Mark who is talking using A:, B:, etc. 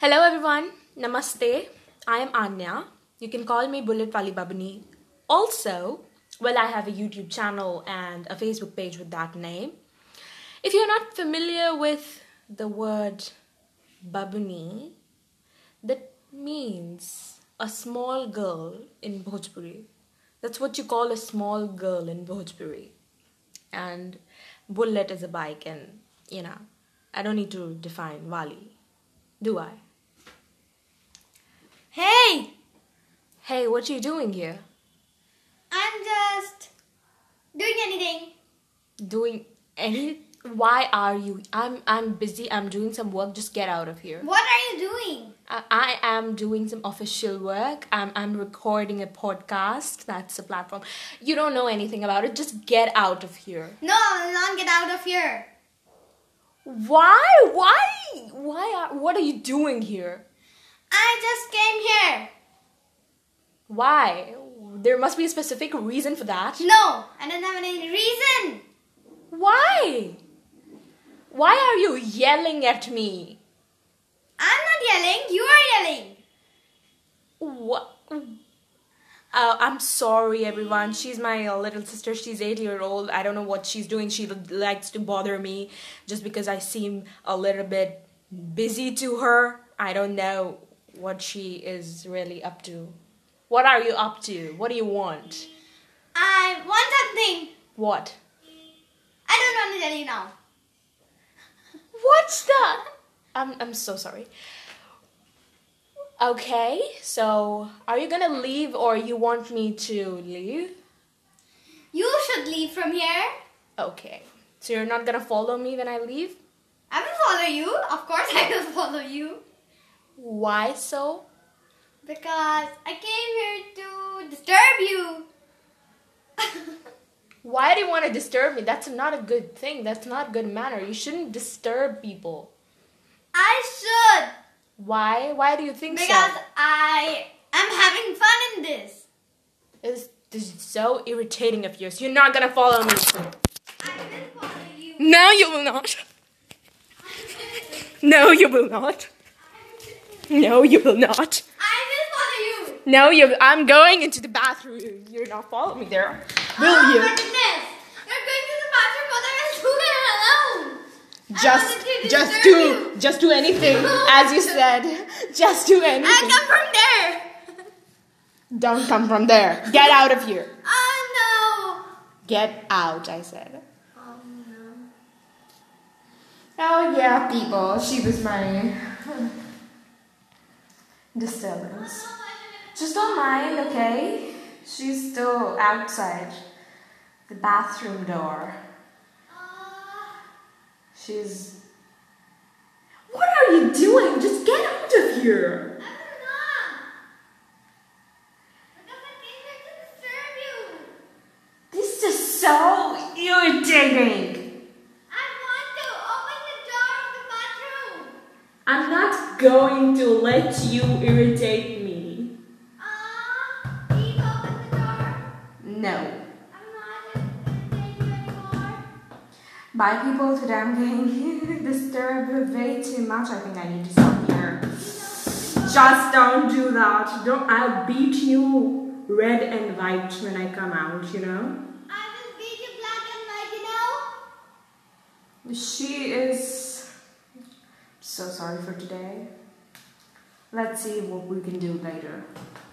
A: Hello everyone, namaste. I am Anya. You can call me Bullet Wali Babani. Also, well, I have a YouTube channel and a Facebook page with that name. If you're not familiar with the word Babuni, that means a small girl in Bhojpuri. That's what you call a small girl in Bhojpuri. And Bullet is a bike, and you know, I don't need to define Wali, do I?
B: Hey,
A: Hey, what you doing here?
B: I'm just doing anything.
A: Doing any? Why are you? I'm I'm busy. I'm doing some work. Just get out of here.
B: What are you doing?
A: I, I am doing some official work. I'm I'm recording a podcast. That's a platform. You don't know anything about it. Just get out of here.
B: No, Lon, get out of here.
A: Why? Why? Why are? What are you doing here?
B: I just came here.
A: Why? There must be a specific reason for that.
B: No, I don't have any reason.
A: Why? Why are you yelling at me?
B: I'm not yelling, you are yelling.
A: What? Uh, I'm sorry, everyone. She's my uh, little sister. She's eight year old. I don't know what she's doing. She l- likes to bother me just because I seem a little bit busy to her. I don't know what she is really up to. What are you up to? What do you want?
B: I want something.
A: What?
B: I don't want to tell you now.
A: What's that? I'm I'm so sorry. Okay, so are you gonna leave or you want me to leave?
B: You should leave from here.
A: Okay. So you're not gonna follow me when I leave?
B: I will follow you. Of course, I will follow you.
A: Why so?
B: Because I came here to disturb you.
A: Why do you want to disturb me? That's not a good thing. That's not good manner. You shouldn't disturb people.
B: I should.
A: Why? Why do you think
B: Because
A: so?
B: I am having fun in this.
A: This, this is so irritating of yours. You're not gonna follow me.
B: I will follow you.
A: No, you will not. No, you will not. No, you will not.
B: I will follow you.
A: No, you. I'm going into the bathroom. You're not following me there, will
B: oh
A: you?
B: my goodness! You're going to the bathroom, but I will do it alone. I
A: just
B: wanted to
A: just
B: disturb
A: do
B: you.
A: just do anything as you said just do
B: I
A: anything
B: come from there.
A: don't come from there get out of here
B: Oh no!
A: get out i said oh yeah people she was my
B: Oh,
A: disturbance just don't mind okay she's still outside the bathroom door she's what are you doing just get out of here
B: I will not. Because I came here to disturb you.
A: This is so irritating.
B: I want to open the door of the bathroom.
A: I'm not going to let you irritate me.
B: Ah, please open the door.
A: No.
B: I'm not going to take you anymore.
A: Bye, people. Today I'm getting disturbed way too much. I think I need to stop here. Just don't do that. Don't. I'll beat you red and white when I come out. You know.
B: I will beat you black and white, you know.
A: She is so sorry for today. Let's see what we can do later.